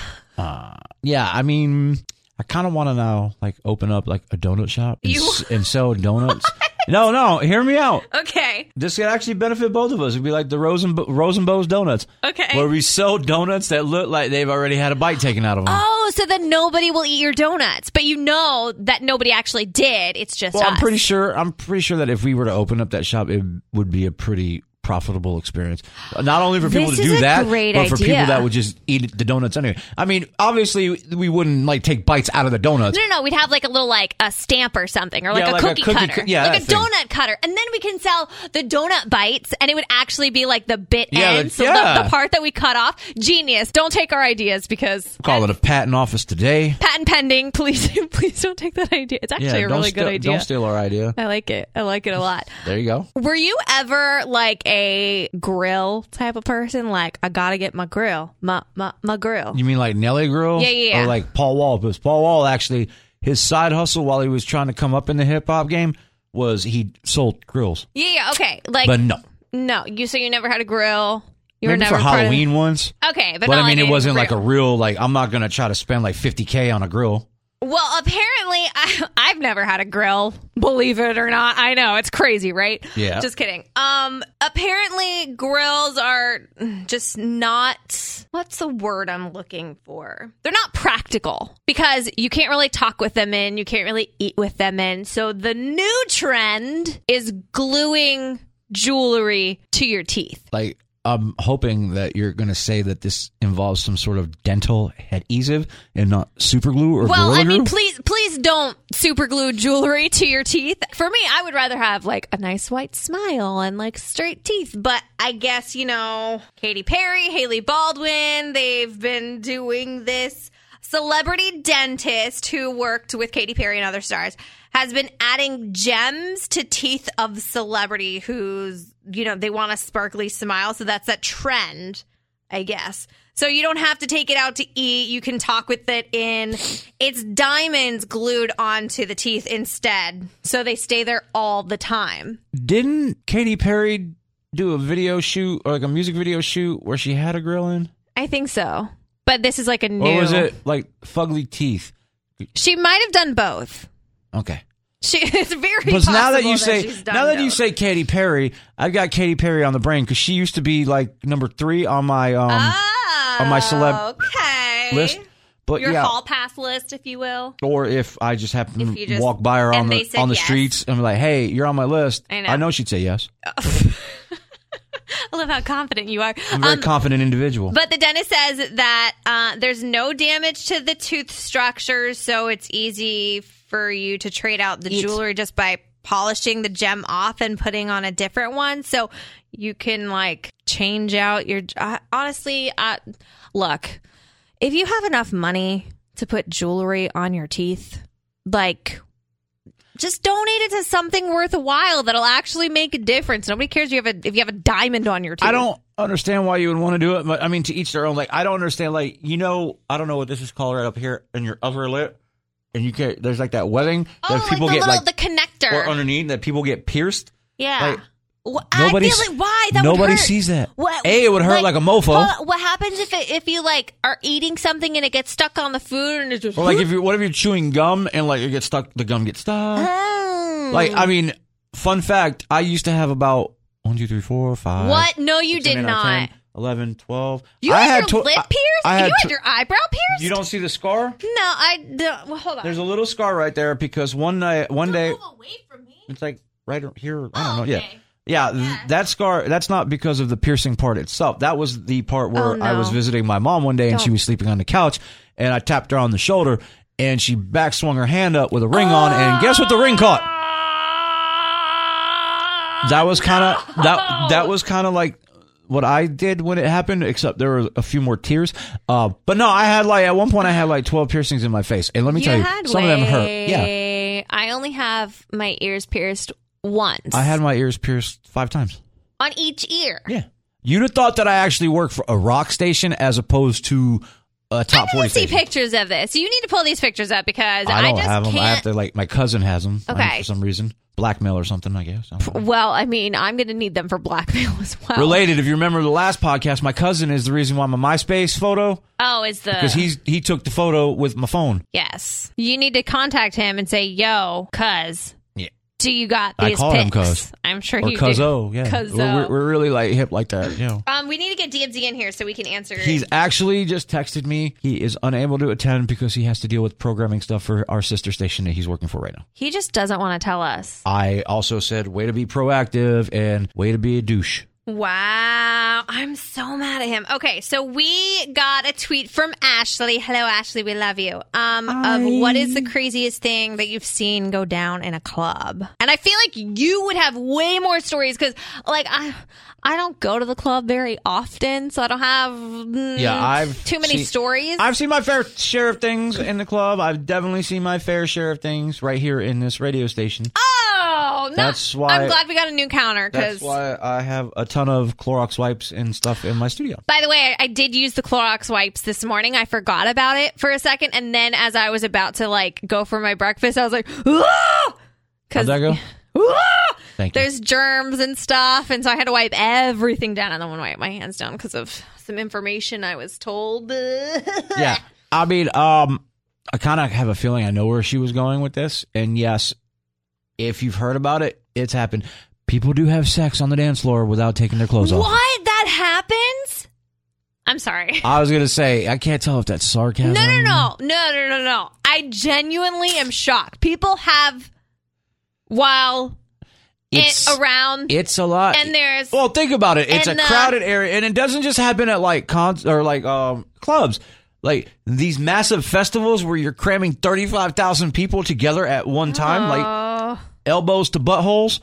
A: Yeah, I mean, I kind of want to now like open up like a donut shop and,
B: You-
A: s- and sell donuts. no, no, hear me out.
B: Okay.
A: This could actually benefit both of us. It'd be like the Rosen Rosenbow's donuts.
B: Okay.
A: Where we sell donuts that look like they've already had a bite taken out of them.
B: Oh, so then nobody will eat your donuts, but you know that nobody actually did. It's just
A: well, I'm
B: us.
A: pretty sure. I'm pretty sure that if we were to open up that shop, it would be a pretty profitable experience. Not only for people
B: This
A: to
B: is
A: do
B: a
A: that,
B: great
A: but for people
B: idea.
A: that would just eat the donuts anyway. I mean, obviously we wouldn't like take bites out of the donuts.
B: No, no, no. We'd have like a little like a stamp or something, or like,
A: Yeah,
B: a,
A: like a
B: cookie
A: cookie
B: cutter,
A: cu- yeah,
B: like a
A: that thing.
B: donut cutter, and then we can sell the donut bites, and it would actually be like the bit
A: Yeah,
B: end,
A: the-
B: so the,
A: yeah.
B: the part that we cut off. Genius! Don't take our ideas because
A: Call it a patent office today.
B: patent pending. Please, please don't take that idea. It's actually a
A: don't
B: really good
A: steal-
B: idea.
A: Don't steal our idea.
B: I like it. I like it a lot.
A: There you go.
B: Were you ever like a grill type of person? Like I gotta get my grill, my my, my grill.
A: You mean like Nelly Grill?
B: Yeah, yeah, yeah.
A: Or like Paul Wall? Because Paul Wall actually, his side hustle while he was trying to come up in the hip hop game was he sold grills.
B: Yeah, yeah, okay. Like
A: but no,
B: no, you so you never had a grill. You were
A: maybe
B: never
A: for
B: part of-
A: Halloween ones.
B: Okay, but,
A: But,
B: not
A: I mean,
B: like
A: it wasn't like
B: grill.
A: a real like. I'm not gonna try to spend like 50k on a grill.
B: Well, apparently, I, I've never had a grill. Believe it or not, I know it's crazy, right?
A: Yeah.
B: Just kidding. Um, apparently, grills are just not. What's the word I'm looking for? They're not practical because you can't really talk with them in. You can't really eat with them in. So the new trend is gluing jewelry to your teeth.
A: Like I'm hoping that you're gonna say that this involves some sort of dental adhesive and not super glue or
B: well,
A: Gorilla
B: I mean,
A: Glue.
B: please, please don't super glue jewelry to your teeth. For me, I would rather have like a nice white smile and like straight teeth. But I guess you know, Katy Perry, Haley Baldwin, they've been doing this. Celebrity dentist who worked with Katy Perry and other stars has been adding gems to teeth of celebrity who's you know they want a sparkly smile. So that's that trend. I guess. So you don't have to take it out to eat. You can talk with it in. It's diamonds glued onto the teeth instead. So they stay there all the time.
A: Didn't Katy Perry do a video shoot or like a music video shoot where she had a grill in?
B: I think so. But this is like a new.
A: Or was it like fugly teeth?
B: She might have done both.
A: Okay.
B: She it's very
A: But now that you say
B: she's done
A: now that you
B: both.
A: say Katy Perry, I've got Katy Perry on the brain because she used to be like number three on my um on my celeb
B: Oh, okay.
A: list. But
B: your
A: yeah,
B: hall pass list, if you will.
A: or if I just happen
B: If
A: to
B: you just-
A: walk by her on
B: and they
A: the
B: said
A: on the
B: yes.
A: streets and be like, "Hey, you're on my list,"
B: I know.
A: she'd say yes.
B: I love how confident you are.
A: I'm a very
B: Um,
A: confident individual.
B: But the dentist says that uh, there's no damage to the tooth structures, so it's easy for you to trade out the jewelry just by polishing the gem off and putting on a different one. So you can like change out your. Uh, honestly, uh, look, if you have enough money to put jewelry on your teeth, like just donate it to something worthwhile that'll actually make a difference. Nobody cares if you have a if you have a diamond on your teeth.
A: I don't understand why you would want to do it. But I mean, to each their own. Like, I don't understand. Like, you know, I don't know what this is called right up here in your upper lip, and you can't. There's like that webbing that people
B: Oh, the
A: get
B: little
A: like
B: the connector.
A: or underneath that people get pierced.
B: yeah.
A: like,
B: Well,
A: nobody
B: I
A: s-
B: feel like why that
A: nobody
B: would hurt.
A: sees that.
B: What,
A: A, it would hurt like a mofo.
B: What, what happens if it, if you like are eating something and it gets stuck on the food and it's just
A: Or like if you what if you're chewing gum and like it gets stuck, the gum gets stuck.
B: Oh.
A: Like, I mean, fun fact: I used to have about one, two, three, four, five.
B: what? No, you
A: six,
B: did
A: seven, eight, nine,
B: not.
A: 10, 11, 12.
B: You
A: I
B: had,
A: had
B: your
A: tw-
B: lip
A: I-
B: pierced.
A: I
B: you had
A: tw-
B: your eyebrow pierced.
A: You don't see the scar?
B: No, I don't. Well, hold on.
A: There's a little scar right there because one night, one day, it's like right o- here. I
B: Oh,
A: don't know. Yeah. Yeah, th- that scar, that's not because of the piercing part itself. That was the part where
B: Oh,
A: I was
B: no.
A: visiting my mom one day and she
B: Don't.
A: was sleeping on the couch and I tapped her on the shoulder and she back swung her hand up with a ring on and guess what the ring caught? That was kind
B: Oh,
A: of that that was kind of like what I did when it happened, except there were a few more tears. Uh, but no, I had like at one point I had like twelve piercings in my face, and let me tell you,
B: had
A: some of them hurt. Yeah,
B: way- I only have my ears pierced once
A: I had my ears pierced five times.
B: on each ear.
A: Yeah. You'd have thought that I actually worked for a rock station as opposed to a top
B: I
A: forty
B: see
A: station.
B: pictures of this. You need to pull these pictures up because
A: I
B: I,
A: don't
B: just
A: have them.
B: can't.
A: I have to like my cousin has them.
B: Okay.
A: for some reason, blackmail or something. I guess. I don't know.
B: Well, I mean, I'm going to need them for blackmail as well.
A: Related, if you remember the last podcast, my cousin is the reason why my MySpace photo
B: Oh, is the
A: because he's he took the photo with my phone.
B: yes. You need to contact him and say, "Yo, cuz,
A: Yeah.
B: do you got
A: I
B: these
A: call him
B: pics?"
A: cuz.
B: I'm sure
A: or
B: you do. oh.
A: Cuzzo, yeah.
B: Cuzzo.
A: We're, we're- we're really like hip like that, you know.
B: um, we need to get DMZ in here so we can answer.
A: He's actually just texted me. He is unable to attend because he has to deal with programming stuff for our sister station that he's working for right now.
B: he just doesn't want to tell us.
A: I also said, way to be proactive and way to be a douche.
B: Wow. I'm so mad at him. Okay, so we got a tweet from Ashley. Hello, Ashley. We love you. Um, of
I: Hi.
B: what is the craziest thing that you've seen go down in a club? And I feel like you would have way more stories because, like, I. I don't go to the club very often, so I don't have mm,
A: Yeah, I've
B: too many
A: seen-
B: stories.
A: I've seen my fair share of things in the club. I've definitely seen my fair share of things right here in this radio station.
B: oh, no.
A: That's why-
B: I'm glad we got a new counter
A: That's
B: because
A: why I have a ton of Clorox wipes and stuff in my studio.
B: By the way, I, I did use the Clorox wipes this morning. I forgot about it for a second, and then as I was about to like go for my breakfast, I was like, "Ah!"
A: How'd that go? Thank you.
B: "There's germs and stuff," and so I had to wipe everything down, and then wipe my hands down because of some information I was told.
A: yeah. I mean, um, I kind of have a feeling I know where she was going with this. And yes, if you've heard about it, it's happened. People do have sex on the dance floor without taking their clothes off.
B: What that happens? I'm sorry.
A: I um, was gonna say I can't tell if that's sarcasm.
B: No, no, no, no, no, no, no. I genuinely am shocked. People have while
A: It's-
B: it around.
A: It's a lot.
B: And there's
A: well, think about it. It's a
B: and uh, the-
A: crowded area, and it doesn't just happen at like cons or like um clubs. Like these massive festivals where you're cramming thirty five thousand people together at one time, like
B: Oh.
A: elbows to buttholes.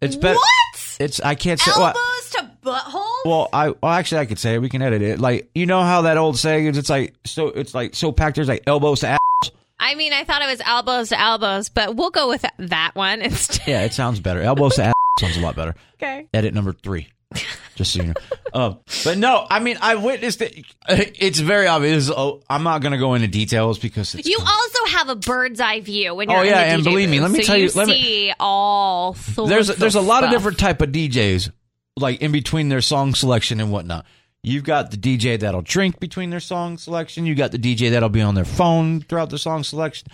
A: It's better.
B: What?
A: It's I can't say. what.
B: elbows to butthole.
A: Well, I well, actually I could say it. We can edit it. Like you know how that old saying is. It's like so. It's like so packed. There's like elbows to ass.
B: I mean, I thought it was elbows to elbows, but we'll go with that one instead.
A: Yeah, it sounds better. Elbows to ass sounds a lot better.
B: Okay.
A: Edit number three. Just so you know. um, but no, I mean, I witnessed it. It's very obvious. Oh, I'm not going to go into details because it's.
B: You also have a bird's eye view when
A: Oh,
B: you're in
A: yeah,
B: the
A: and
B: DJ
A: believe me,
B: booth,
A: let me
B: so
A: tell you- let me-
B: see all sorts
A: there's there's a
B: of
A: lot of
B: stuff.
A: different type of DJs, like in between their song selection and whatnot. You've got the DJ that'll drink between their song selection. You got the DJ that'll be on their phone throughout the song selection.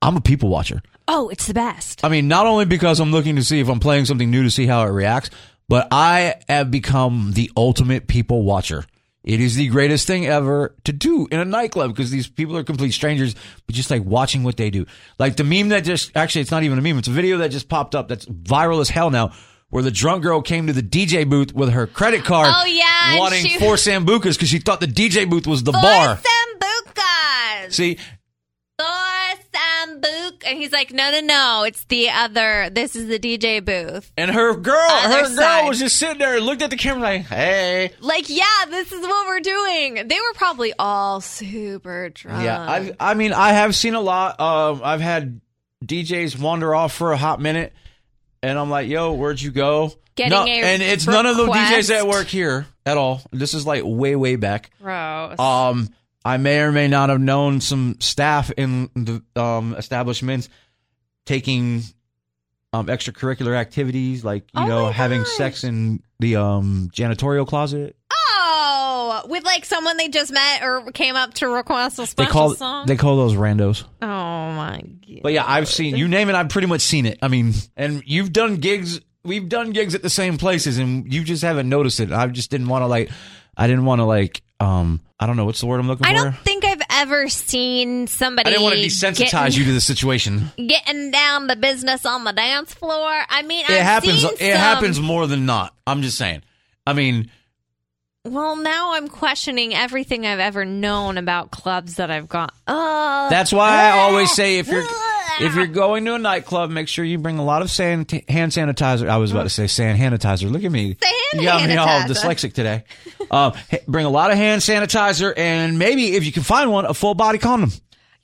A: I'm a people watcher.
B: Oh, it's the best.
A: I mean, not only because I'm looking to see if I'm playing something new to see how it reacts, but I have become the ultimate people watcher. It is the greatest thing ever to do in a nightclub because these people are complete strangers, but just like watching what they do. Like the meme that just, actually, it's not even a meme. It's a video that just popped up that's viral as hell now where the drunk girl came to the DJ booth with her credit card.
B: Oh, yeah, and
A: Wanting
B: she-
A: four Sambucas because she thought the DJ booth was the
B: Four
A: bar.
B: Sambucas.
A: See,
B: Thor Sambuk. And he's like, no, no, no. It's the other. This is the DJ booth.
A: and her girl,
B: Other
A: her girl
B: side.
A: was just sitting there, looked at the camera like, hey.
B: Like, yeah, this is what we're doing. They were probably all super drunk.
A: Yeah, I I mean I have seen a lot. Um, I've had DJs wander off for a hot minute, and I'm like, "Yo, where'd you go?"
B: Getting
A: No,
B: a
A: and it's none of the DJs
B: request.
A: that work here at all. This is like way way back.
B: Gross.
A: Um, I may or may not have known some staff in the um establishments taking um extracurricular activities like
B: Oh
A: you know having sex in the um janitorial closet.
B: oh, with like someone they just met or came up to request a
A: They
B: special
A: call
B: song.
A: they call those randos.
B: oh my god.
A: But yeah, I've seen you name it. I've pretty much seen it. I mean, and you've done gigs. We've done gigs at the same places, and you just haven't noticed it. I just didn't want to like. I didn't want to like. Um, I don't know what's the word I'm looking
B: I
A: for.
B: don't think I've ever seen somebody.
A: I didn't want to desensitize
B: getting-
A: you to the situation.
B: Getting down the business on the dance floor. I mean,
A: it
B: I've
A: happens.
B: Seen
A: It
B: some-
A: happens more than not. I'm just saying. I mean,
B: Well, now I'm questioning everything I've ever known about clubs that I've gone. Oh,
A: that's why I always say if you're if you're going to a nightclub, make sure you bring a lot of san- hand sanitizer. I was about to say sand sanitizer. Look at me. you got me all
B: sanitizer.
A: dyslexic today. um, h- bring a lot of hand sanitizer and maybe if you can find one, a full body condom.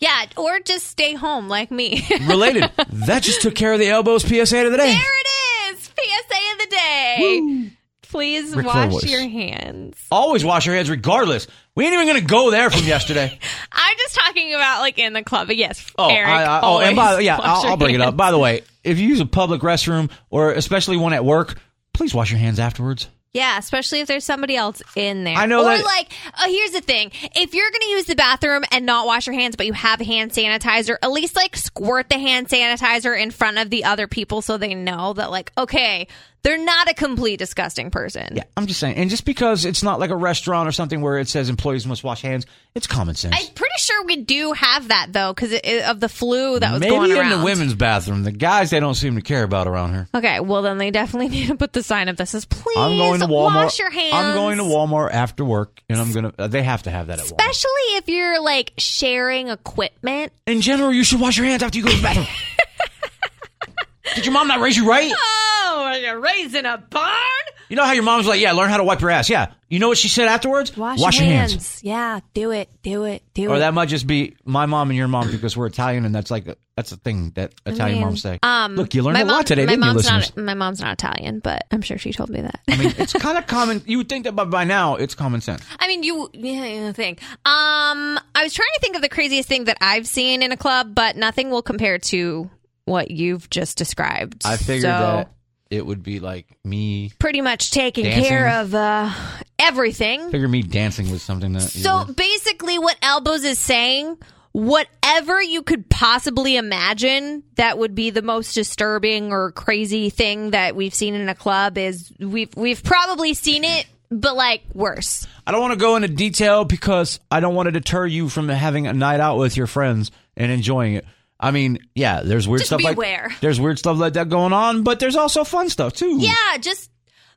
B: yeah, or just stay home like me.
A: Related. that just took care of the elbows PSA of the day.
B: There it is. PSA of the day. Please
A: Ric Flair
B: wash
A: voice.
B: your hands.
A: Always wash your hands, regardless. We ain't even gonna go there from yesterday.
B: I'm just talking about like in the club, but yes.
A: Oh,
B: Eric,
A: I, I, oh,
B: always
A: and by the yeah,
B: wash
A: I'll,
B: your
A: I'll bring it up.
B: hands.
A: By the way, if you use a public restroom or especially one at work, please wash your hands afterwards.
B: Yeah, especially if there's somebody else in there.
A: I know
B: Or
A: that-
B: like, oh, here's the thing: if you're going to use the bathroom and not wash your hands, but you have hand sanitizer, at least like squirt the hand sanitizer in front of the other people so they know that like, okay, they're not a complete disgusting person.
A: Yeah, I'm just saying. And just because it's not like a restaurant or something where it says employees must wash hands, it's common sense.
B: I'm pretty sure we do have that though, because of the flu that was
A: Maybe
B: going
A: in
B: around.
A: the women's bathroom. The guys, they don't seem to care about around here.
B: okay, well then they definitely need to put the sign up that says "Please
A: I'm going to Walmart.
B: wash your hands."
A: I'm going to Walmart after work, and I'm gonna. uh, They have to have that at Walmart.
B: especially if you're like sharing equipment.
A: In general, you should wash your hands after you go to the bathroom. Did your mom not raise you right?
B: Oh, are you raising a barn?
A: You know how your mom's like, yeah, learn how to wipe your ass. Yeah. You know what she said afterwards?
B: Wash,
A: your hands.
B: Yeah, do it, do it, do
A: Or
B: it.
A: that might just be my mom and your mom because we're Italian, and that's like a, that's a thing that Italian
B: Man.
A: moms say.
B: Um,
A: Look, you learned
B: my
A: a
B: mom-
A: lot today,
B: my
A: didn't you,
B: mom's
A: listeners?
B: Not, my mom's not Italian, but I'm sure she told me that.
A: I mean, it's kind of common. You would think that, but by now it's common sense.
B: I mean, you yeah, yeah, think. Um, I was trying to think of the craziest thing that I've seen in a club, but nothing will compare to what you've just described.
A: I figured
B: So,
A: that it would be like me.
B: pretty much taking
A: Dancing.
B: care of uh, everything.
A: Figure me dancing was something that. you
B: So
A: would-
B: basically, what Elbows is saying, whatever you could possibly imagine that would be the most disturbing or crazy thing that we've seen in a club is we've we've probably seen it, but like worse.
A: I don't want to go into detail because I don't want to deter you from having a night out with your friends and enjoying it. I mean, yeah, there's weird
B: Just
A: stuff
B: beware.
A: like there's weird stuff like that going on, but there's also fun stuff too.
B: Yeah, just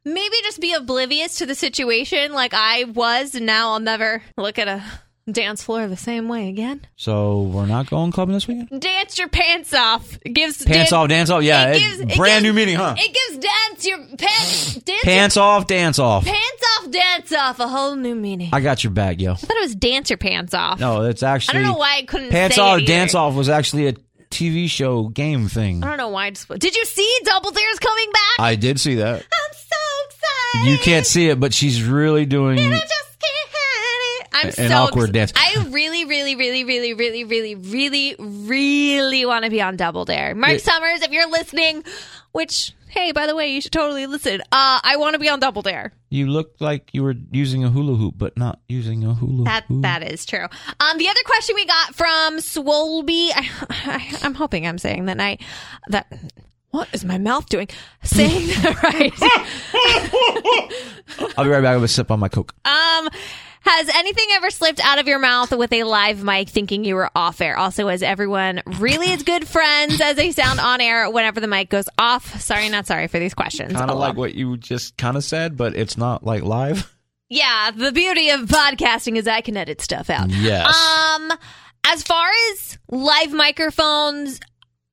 B: maybe just be oblivious to the situation, like I was. And now I'll never look at a dance floor the same way again.
A: So we're not going clubbing this weekend.
B: Dance your pants off. It gives
A: Pants
B: dan-
A: off, dance off. Yeah,
B: it
A: it's
B: gives- it
A: brand new
B: gives-
A: meaning, huh?
B: It gives dance your pants. Dance
A: Pants off, dance off.
B: Pants off, dance off, a whole new meaning. I,
A: I got your back, yo.
B: thought it was dance your pants off.
A: No, it's actually.
B: I don't know why I couldn't
A: Pants
B: say
A: off,
B: it either.
A: dance off was actually a TV show game thing.
B: I don't know why. I just, did you see Double Dare's coming back?
A: I did see that.
B: I'm so excited.
A: You can't see it, but she's really doing.
B: I just can't hide it. I'm
A: An
B: so
A: awkward
B: exci-
A: dance.
B: I really, really, really, really, really, really, really, really want to be on Double Dare. Mark
A: It-
B: Summers, if you're listening, which hey, by the way, you should totally listen. Uh, I want to be on Double Dare.
A: You looked like you were using a hula hoop, but not using a hula
B: That
A: hoop.
B: that is true. Um, the other question we got from Swolby, I, I, I'm hoping I'm saying that night that what is my mouth doing? Saying that right.
A: I'll be right back with a sip on my Coke.
B: Um, has anything ever slipped out of your mouth with a live mic thinking you were off air? Also, is everyone really as good friends as they sound on air whenever the mic goes off? Sorry, not sorry for these questions.
A: Kind
B: Oh,
A: of like what you just kind of said, but it's not like live.
B: Yeah, the beauty of podcasting is I can edit stuff out.
A: Yes.
B: Um, as far as live microphones,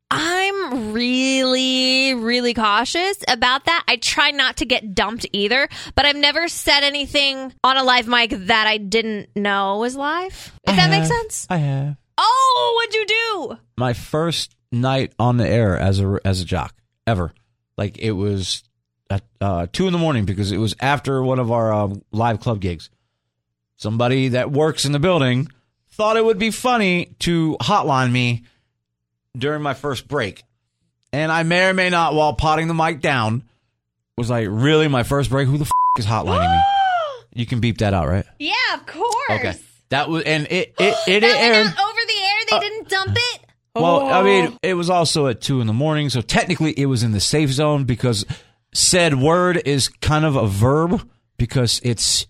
B: I'm really, really cautious about that. I try not to get dumped either, but I've never said anything on a live mic that I didn't know was live. If that makes sense.
A: I have
B: Oh, what'd you do?
A: my first night on the air as a as a jock ever. Like it was at uh, two in the morning because it was after one of our um, live club gigs. Somebody that works in the building thought it would be funny to hotline me during my first break, and I may or may not, while potting the mic down, was like, "Really, my first break? Who the f- is hotlining me?" You can beep that out, right?
B: Yeah, of course.
A: Okay. Uh, That was and it it it,
B: that
A: aired.
B: went out over the air. They didn't dump it.
A: Well, I
B: Oh.
A: mean, it was also at two in the morning, so technically it was in the safe zone because said word is kind of a verb because it's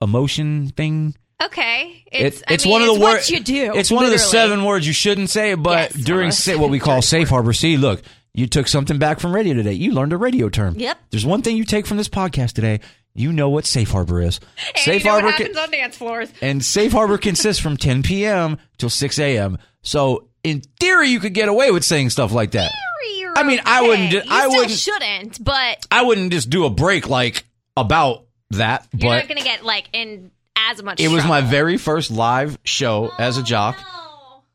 A: emotion thing.
B: okay.
A: It-
B: It's I mean,
A: one of the
B: it's what
A: words
B: you do.
A: It's one of the
B: literally.
A: seven words you shouldn't say, but
B: Yes,
A: during
B: almost.
A: sa- what we call safe harbor. See, look, you took something back from radio today. You learned a radio term.
B: Yep.
A: There's one thing you take from this podcast today. You know what safe harbor is.
B: And
A: safe
B: you know
A: harbor
B: what
A: ca-
B: happens on dance floors.
A: and safe harbor consists from 10 p.m. till 6 a.m. So in theory, you could get away with saying stuff like that. I mean, I wouldn't.
B: You
A: ju- I
B: still
A: wouldn't.
B: shouldn't, but
A: I wouldn't just do a break like about that.
B: you're
A: but
B: not going to get like in as much.
A: it was my
B: trouble.
A: very first live show as a jock.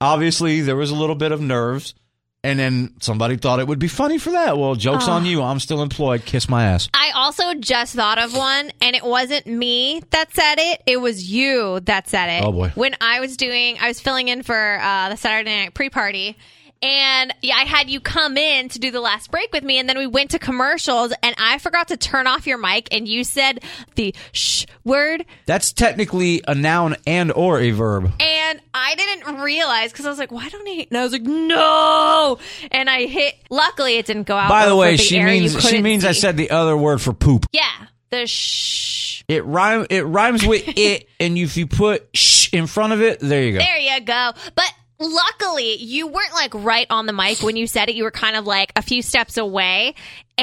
A: Obviously, there was a little bit of nerves, and then somebody thought it would be funny for that. Well, jokes
B: Ah.
A: on you. I'm still employed. Kiss my ass.
B: I also just thought of one, and it wasn't me that said it. It was you that said it.
A: Oh, boy.
B: When I was doing, I was filling in for uh, the Saturday night pre party. And yeah, I had you come in to do the last break with me, and then we went to commercials, and I forgot to turn off your mic, and you said the shh word,
A: That's technically a noun and or a verb.
B: and I didn't realize because I was like, "Why don't he?" And I was like, "No!" And I hit. Luckily, it didn't go out.
A: By the
B: over
A: way,
B: the
A: she
B: air, you
A: means she
B: couldn't
A: means I
B: see.
A: said the other word for poop.
B: Yeah, the shh.
A: It rhyme. It rhymes with it, and if you put sh inch in front of it. There you go.
B: There you go. But luckily, you weren't like right on the mic when you said it. You were kind of like a few steps away,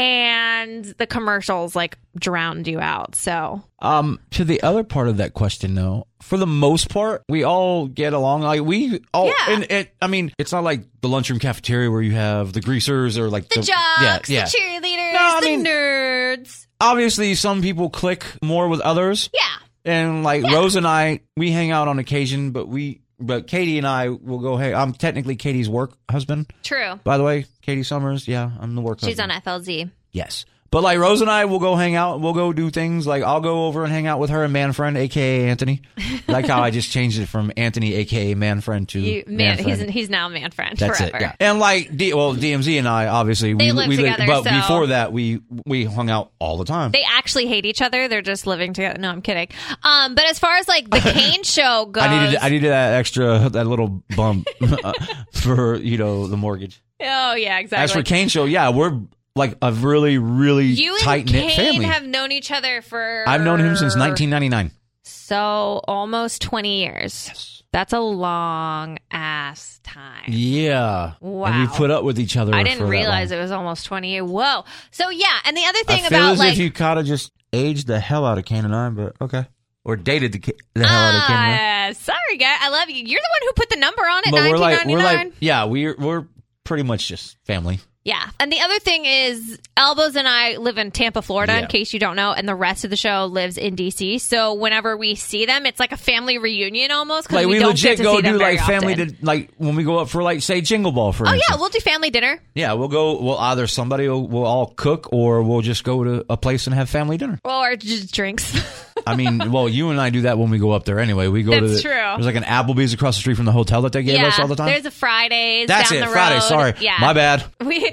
B: and the commercials like drowned you out. So
A: Um, to the other part of that question, though, for the most part, we all get along. Like we all, and it, I mean, it's not like the lunchroom cafeteria where you have the greasers or like
B: the, jocks,
A: yeah, yeah.
B: the cheerleaders,
A: No, I
B: the
A: mean-
B: nerds.
A: Obviously, some people click more with others.
B: Yeah.
A: And like Rose and I, we hang out on occasion, but we, but Katie and I will go. Hey, I'm technically Katie's work husband.
B: True.
A: By the way, Katie Summers. Yeah, I'm the work.
B: She's
A: husband.
B: on FLZ.
A: Yes. But like Rose and I will go hang out. We'll go do things. Like I'll go over and hang out with her and man friend, aka Anthony. like how I just changed it from Anthony, aka man friend, to
B: You, man,
A: friend.
B: he's he's now man friend
A: That's
B: forever.
A: it. Yeah. And like D, well, DMZ and I obviously
B: They
A: we
B: live
A: we
B: together,
A: but
B: so-
A: before that we we hung out all the time.
B: They actually hate each other. They're just living together. No, I'm kidding. Um, but as far as like the Kane show goes,
A: I needed I needed that extra that little bump uh, for you know the mortgage.
B: oh yeah, exactly.
A: As for Kane show, yeah, we're like a really really
B: you and
A: tight knit
B: Kane
A: family.
B: have known each other for
A: I've known him since 1999.
B: so almost 20 years. That's a long ass time.
A: Yeah. And
B: Wow.
A: we put up with each other.
B: I
A: for
B: didn't
A: that
B: realize
A: long.
B: it was almost 20 years. Whoa. So yeah, and the other
A: I
B: thing
A: feel
B: about
A: as
B: like
A: if you kind of just aged the hell out of Kane and I, but okay. Or dated the, ki- the hell out of Kane and I.
B: Ah, sorry guy, I love you. You're the one who put the number on it.
A: But we're like,
B: 1999.
A: we're like, yeah, we're we're pretty much just family.
B: Yeah. And the other thing is, Elbows and I live in Tampa, Florida, in
A: Yeah.
B: case you don't know, and the rest of the show lives in DC. So whenever we see them, it's like a family reunion almost. 'cause
A: Like
B: we,
A: we,
B: don't
A: legit
B: get to
A: go
B: see
A: do
B: them very
A: like family,
B: often.
A: to, like when we go up for like say Jingle Ball for
B: Oh
A: instance.
B: yeah, we'll do family dinner.
A: Yeah, we'll go. We'll either somebody will we'll all cook, or we'll just go to a place and have family dinner.
B: Or just drinks.
A: I mean, well, you and I do that when we go up there anyway. We go to
B: That's
A: the,
B: true.
A: There's like an Applebee's across the street from the hotel that they gave
B: yeah,
A: us all the time.
B: There's a Fridays.
A: That's
B: down
A: it,
B: The
A: Friday,
B: road.
A: sorry.
B: Yeah,
A: My bad.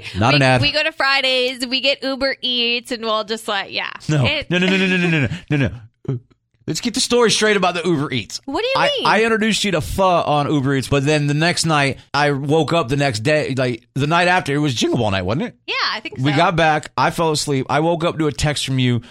B: We
A: Not
B: we,
A: an ad.
B: We go to Fridays. We get Uber Eats, and we'll just like yeah.
A: No,
B: It-
A: no, no, no, no, no, no, no, no, no. Let's get the story straight about the Uber Eats.
B: What do you
A: I,
B: mean?
A: I introduced you to pho on Uber Eats, but then the next night I woke up the next day, like the night after it was Jingle Ball night, wasn't it?
B: yeah, I think so.
A: We got back. I fell asleep. I woke up to a text from you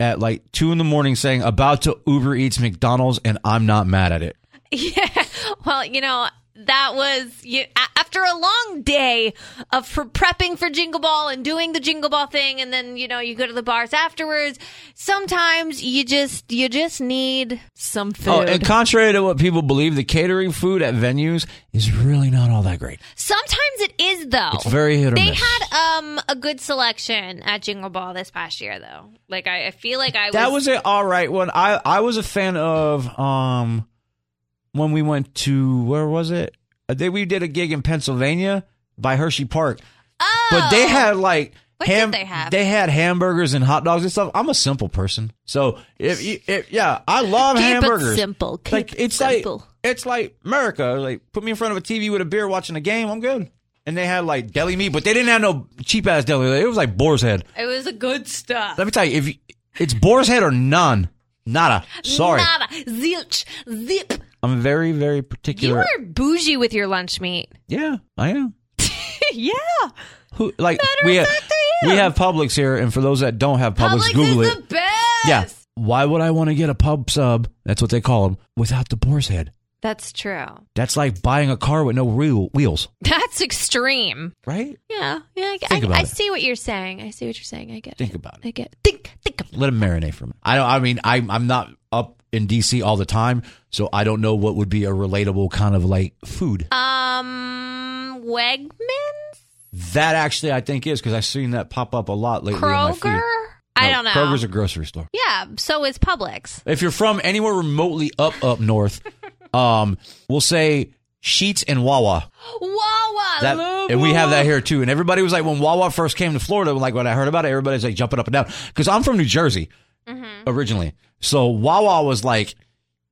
A: at like two in the morning saying about to Uber Eats McDonald's, and I'm not mad at it.
B: Yeah. Well, you know, that was you, a- after a long day of pre- prepping for Jingle Ball and doing the Jingle Ball thing, and then you know you go to the bars afterwards. Sometimes you just you just need some food.
A: Oh, and contrary to what people believe, the catering food at venues is really not all that great.
B: Sometimes it is though.
A: It's very hit or
B: They
A: miss.
B: had um a good selection at Jingle Ball this past year though. Like I, I feel like I
A: that was an all right one. I I was a fan of um when we went to where was it? I think we did a gig in Pennsylvania by Hershey Park. Oh, but they had like
B: What did
A: ham.
B: they have?
A: had hamburgers and hot dogs and stuff. I'm a simple person, so if, you- if yeah, I love
B: Keep it
A: hamburgers.
B: simple. Keep
A: like
B: it
A: it's
B: simple.
A: like it's like America. Like put me in front of a TV with a beer, watching a game. I'm good. And they had like deli meat, but they didn't have no cheap ass deli. It was like boar's head.
B: it was a good stuff.
A: Let me tell you, if you, it's boar's head or none, nada. Sorry,
B: Nada. Zilch. Zip.
A: I'm very, very
B: You
A: particular.
B: were bougie with your lunch meat.
A: yeah, I am.
B: yeah.
A: Who like we have we have Publix here, and for those that don't have Publix,
B: Publix
A: Google
B: is
A: it.
B: the best.
A: Yeah, why would I want to get a pub sub? That's what they call them without the boar's head.
B: That's true.
A: That's like buying a car with no real wheels,
B: That's extreme.
A: right?
B: Yeah. Yeah. I,
A: Think
B: I,
A: about
B: I
A: it.
B: see what you're saying. I see what you're saying. I get
A: Think
B: it.
A: about
B: I get
A: Let them marinate for me. I don't. I mean, I, I'm not up in DC all the time, so I don't know what would be a relatable kind of like food.
B: Um, Wegmans?
A: That actually, I think is because I've seen that pop up a lot lately. on my feed.
B: Kroger? I
A: No,
B: don't know.
A: Kroger's a grocery store.
B: yeah. So is Publix.
A: If you're from anywhere remotely up up north, um, we'll say Sheets and Wawa.
B: Wawa.
A: That,
B: love
A: and we have
B: Wawa.
A: that here too. And everybody was like, when Wawa first came to Florida, like when I heard about it, everybody's like jumping up and down because I'm from New Jersey
B: Mm-hmm.
A: originally. So Wawa was like,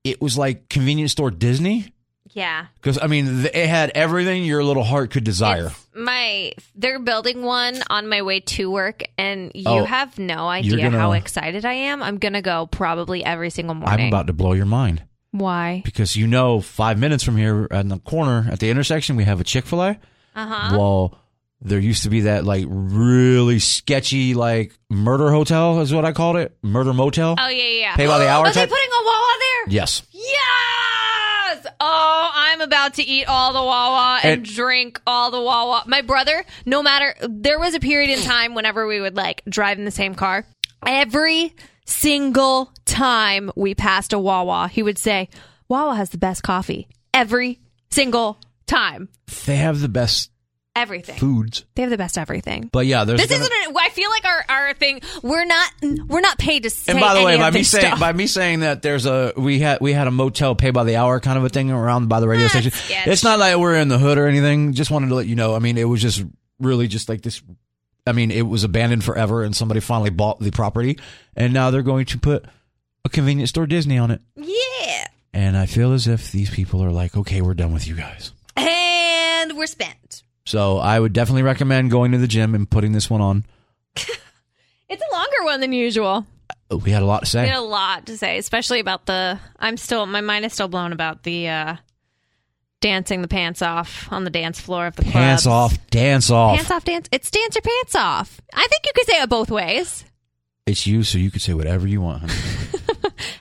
A: it was like convenience store Disney
B: Yeah.
A: because I mean th- it had everything your little heart could desire.
B: My they're building one on my way to work, and you
A: Oh,
B: have no
A: you're
B: idea
A: gonna-
B: how excited I am. I'm gonna go probably every single morning.
A: I'm about to blow your mind.
B: Why?
A: because you know five minutes from here on the corner at the intersection we have a chick-fil-a
B: Uh-huh.
A: well there used to be that like really sketchy like murder hotel is what i called it murder motel
B: Oh yeah, yeah. yeah.
A: Pay by the hour
B: Are they
A: type?
B: putting a Wawa there?
A: yes
B: Yeah. oh, I'm about to eat all the Wawa and,
A: And-
B: drink all the Wawa. My brother, no matter, there was a period in time whenever we would like drive in the same car. Every single time we passed a Wawa, he would say, Wawa has the best coffee. Every single time.
A: They have the best
B: Everything.
A: foods.
B: They have the best everything.
A: But yeah, there's
B: This
A: gonna-
B: isn't. A, I feel like our, our thing. We're not. We're not paid to say.
A: And by the way,
B: any
A: by
B: of
A: me
B: this
A: saying
B: stuff.
A: by me saying that there's a we had we had a motel pay by the hour kind of a thing around by the radio station.
B: sketch.
A: It's not like we're in the hood or anything. Just wanted to let you know. I mean, it was just really just like this. I mean, it was abandoned forever, and somebody finally bought the property, and now they're going to put a convenience store Disney on it.
B: yeah,
A: And I feel as if these people are like, okay, we're done with you guys.
B: and we're spent.
A: So I would definitely recommend going to the gym and putting this one on.
B: It's a longer one than usual.
A: We had a lot to
B: We
A: say.
B: had a lot to say, especially about the. I'm still. My mind is still blown about the uh, dancing the pants off on the dance floor of the club.
A: Pants off, dance off.
B: Pants off dance. It's dance your pants off. I think you could say it both ways.
A: It's you, so you could say whatever you want. honey.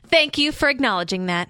B: Thank you for acknowledging that.